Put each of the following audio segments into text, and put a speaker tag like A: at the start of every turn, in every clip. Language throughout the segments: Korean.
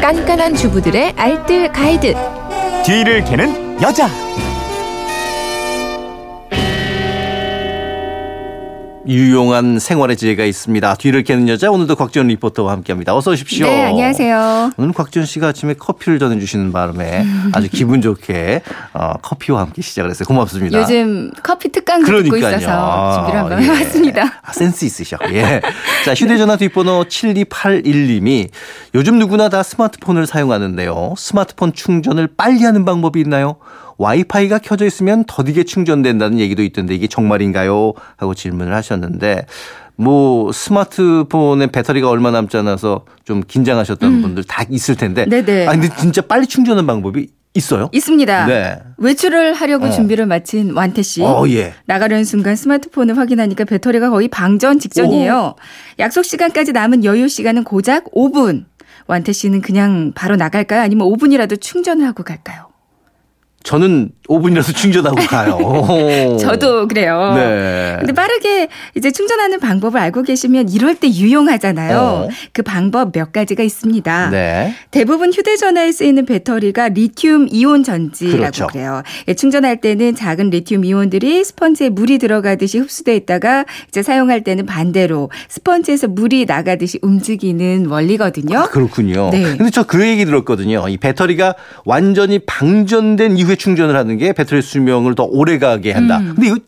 A: 깐깐한 주부들의 알뜰 가이드. 네,
B: 뒤를 캐는 여자.
C: 유용한 생활의 지혜가 있습니다. 뒤를 캐는 여자 오늘도 곽지연 리포터와 함께합니다. 어서 오십시오.
A: 네, 안녕하세요.
C: 오늘 곽지연 씨가 아침에 커피를 전해주시는 바람에 아주 기분 좋게 어, 커피와 함께 시작을 했어요. 고맙습니다.
A: 요즘 커피 특강도 듣고 있어서 준비를 한번
C: 예.
A: 해봤습니다.
C: 아, 센스 있으셔. 예. 자, 휴대전화 뒷번호 7281님이 요즘 누구나 다 스마트폰을 사용하는데요. 스마트폰 충전을 빨리 하는 방법이 있나요? 와이파이가 켜져 있으면 더디게 충전된다는 얘기도 있던데 이게 정말인가요? 하고 질문을 하셨는데 뭐 스마트폰에 배터리가 얼마 남지 않아서 좀 긴장하셨던 분들 다 있을 텐데.
A: 음. 네네.
C: 아 근데 진짜 빨리 충전하는 방법이 있어요?
A: 있습니다.
C: 네.
A: 외출을 하려고
C: 어.
A: 준비를 마친 완태 씨.
C: 어, 예.
A: 나가려는 순간 스마트폰을 확인하니까 배터리가 거의 방전 직전이에요. 약속 시간까지 남은 여유 시간은 고작 5분. 완태 씨는 그냥 바로 나갈까요? 아니면 5분이라도 충전을 하고 갈까요?
C: 저는 5분이라도 충전하고 가요.
A: 저도 그래요.
C: 어. 네.
A: 근데 빠르게 이제 충전하는 방법을 알고 계시면 이럴 때 유용하잖아요.
C: 어.
A: 그 방법 몇 가지가 있습니다.
C: 네.
A: 대부분 휴대전화에 쓰이는 배터리가 리튬 이온 전지라고
C: 그렇죠.
A: 그래요 예, 충전할 때는 작은 리튬 이온들이 스펀지에 물이 들어가듯이 흡수돼 있다가 이제 사용할 때는 반대로 스펀지에서 물이 나가듯이 움직이는 원리거든요.
C: 아, 그렇군요.
A: 네.
C: 근데 저 그 얘기 들었거든요. 이 배터리가 완전히 방전된 이후에 충전을 하는 게 배터리 수명을 더 오래 가게 한다.
A: 음.
C: 근데 이거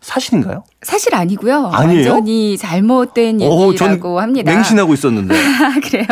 C: 사실인가요?
A: 사실 아니고요.
C: 아니에요?
A: 완전히 잘못된
C: 어, 저는
A: 얘기라고 합니다.
C: 맹신하고 있었는데.
A: 아, 그래요.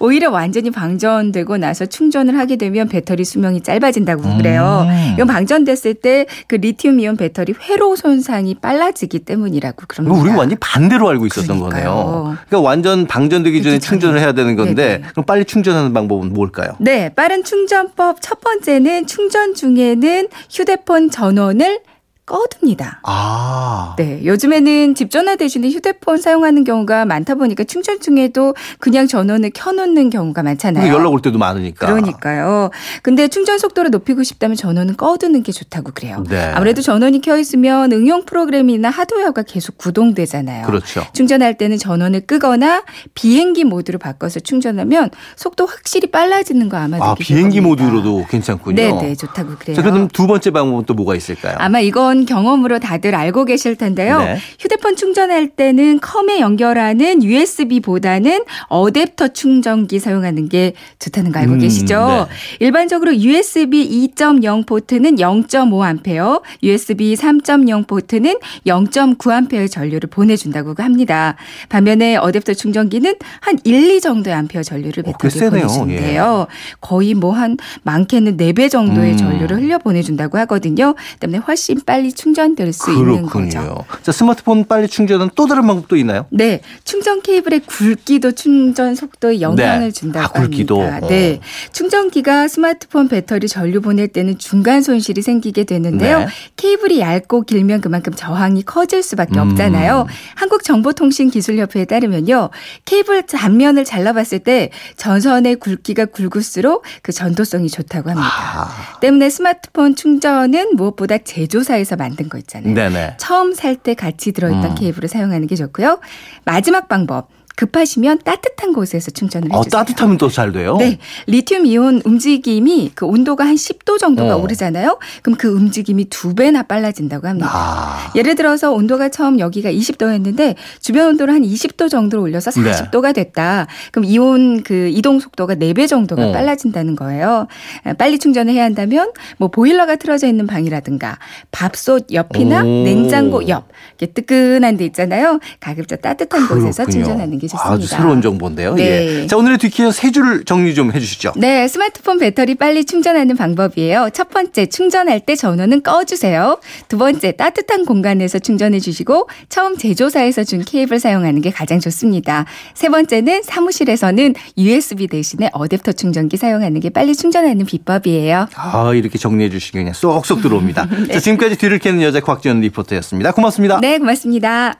A: 오히려 완전히 방전되고 나서 충전을 하게 되면 배터리 수명이 짧아진다고 그래요.
C: 음.
A: 이건 방전됐을 때 그 리튬이온 배터리 회로 손상이 빨라지기 때문이라고
C: 이거
A: 그럽니다.
C: 우리가 완전히 반대로 알고 있었던
A: 그러니까요.
C: 거네요. 그러니까 완전 방전되기 전에
A: 그렇죠.
C: 충전을 해야 되는 건데
A: 네네.
C: 그럼 빨리 충전하는 방법은 뭘까요?
A: 네, 빠른 충전법 첫 번째는 충전 중에는 휴대폰 전원을 꺼둡니다.
C: 아.
A: 네, 요즘에는 집 전화 대신에 휴대폰 사용하는 경우가 많다 보니까 충전 중에도 그냥 전원을 켜놓는 경우가 많잖아요.
C: 근데 네. 연락 올 때도 많으니까.
A: 그러니까요. 근데 충전 속도를 높이고 싶다면 전원은 꺼두는 게 좋다고 그래요.
C: 네.
A: 아무래도 전원이 켜 있으면 응용 프로그램이나 하드웨어가 계속 구동되잖아요.
C: 그렇죠.
A: 충전할 때는 전원을 끄거나 비행기 모드로 바꿔서 충전하면 속도 확실히 빨라지는 거 아마
C: 아,
A: 느끼실
C: 비행기
A: 겁니다.
C: 모드로도 괜찮군요.
A: 네, 네, 좋다고 그래요.
C: 자, 그럼 두 번째 방법은 또 뭐가 있을까요?
A: 아마 이건 경험으로 다들 알고 계실 텐데요.
C: 네.
A: 휴대폰 충전할 때는 컴에 연결하는 USB보다는 어댑터 충전기 사용하는 게 좋다는 거 알고
C: 음,
A: 계시죠? 일반적으로 USB 2.0 포트는 0.5A, USB 3.0 포트는 0.9A의 전류를 보내준다고 합니다. 반면에 어댑터 충전기는 한 1, 2 정도의 암페어 전류를
C: 어, 꽤
A: 배터리에
C: 세네요.
A: 보내준대요. 거의 뭐 한 많게는 4배 정도의
C: 음.
A: 전류를 흘려 보내준다고 하거든요. 때문에 훨씬 빨리 충전될 수 있는 거죠.
C: 자, 스마트폰 빨리 충전은 또 다른 방법도 있나요?
A: 네, 충전 케이블의 굵기도 충전 속도에 영향을
C: 네.
A: 준다고
C: 아, 굵기도?
A: 합니다. 네, 충전기가 스마트폰 배터리 전류 보낼 때는 중간 손실이 생기게 되는데요.
C: 네.
A: 케이블이 얇고 길면 그만큼 저항이 커질 수밖에
C: 음.
A: 없잖아요. 한국정보통신기술협회에 따르면요, 케이블 단면을 잘라봤을 때 전선의 굵기가 굵을수록 그 전도성이 좋다고 합니다.
C: 아,
A: 때문에 스마트폰 충전은 무엇보다 제조사에서 만든 거 있잖아요.
C: 네네.
A: 처음 살 때 같이 들어있던
C: 음.
A: 케이블을 사용하는 게 좋고요. 마지막 방법. 급하시면 따뜻한 곳에서 충전을
C: 어,
A: 해주세요.
C: 따뜻하면 또 잘 돼요?
A: 네. 리튬 이온 움직임이 그 온도가 한 10도 정도가
C: 어.
A: 오르잖아요. 그럼 그 움직임이 두 배나 빨라진다고 합니다.
C: 아,
A: 예를 들어서 온도가 처음 여기가 20도였는데 주변 온도를 한 20도 정도로 올려서
C: 네.
A: 40도가 됐다. 그럼 이온 그 이동 속도가 4배 정도가
C: 어.
A: 빨라진다는 거예요. 아, 빨리 충전을 해야 한다면 뭐 보일러가 틀어져 있는 방이라든가 밥솥 옆이나
C: 오.
A: 냉장고 옆 이렇게 뜨끈한 데 있잖아요. 가급적 따뜻한 곳에서
C: 그렇군요.
A: 충전하는 게 좋습니다.
C: 아주 새로운 정보인데요.
A: 네.
C: 예. 자, 오늘의 뒤키는 세 줄 정리 좀 해주시죠.
A: 네, 스마트폰 배터리 빨리 충전하는 방법이에요. 첫 번째, 충전할 때 전원은 꺼주세요. 두 번째, 따뜻한 공간에서 충전해 주시고, 처음 제조사에서 준 케이블 사용하는 게 가장 좋습니다. 세 번째는 사무실에서는 USB 대신에 어댑터 충전기 사용하는 게 빨리 충전하는 비법이에요.
C: 아, 이렇게 정리해 주시니 그냥 쏙쏙 들어옵니다. 자, 지금까지 뒤를 캐는 여자 곽지연 리포터였습니다. 고맙습니다.
A: 네, 고맙습니다.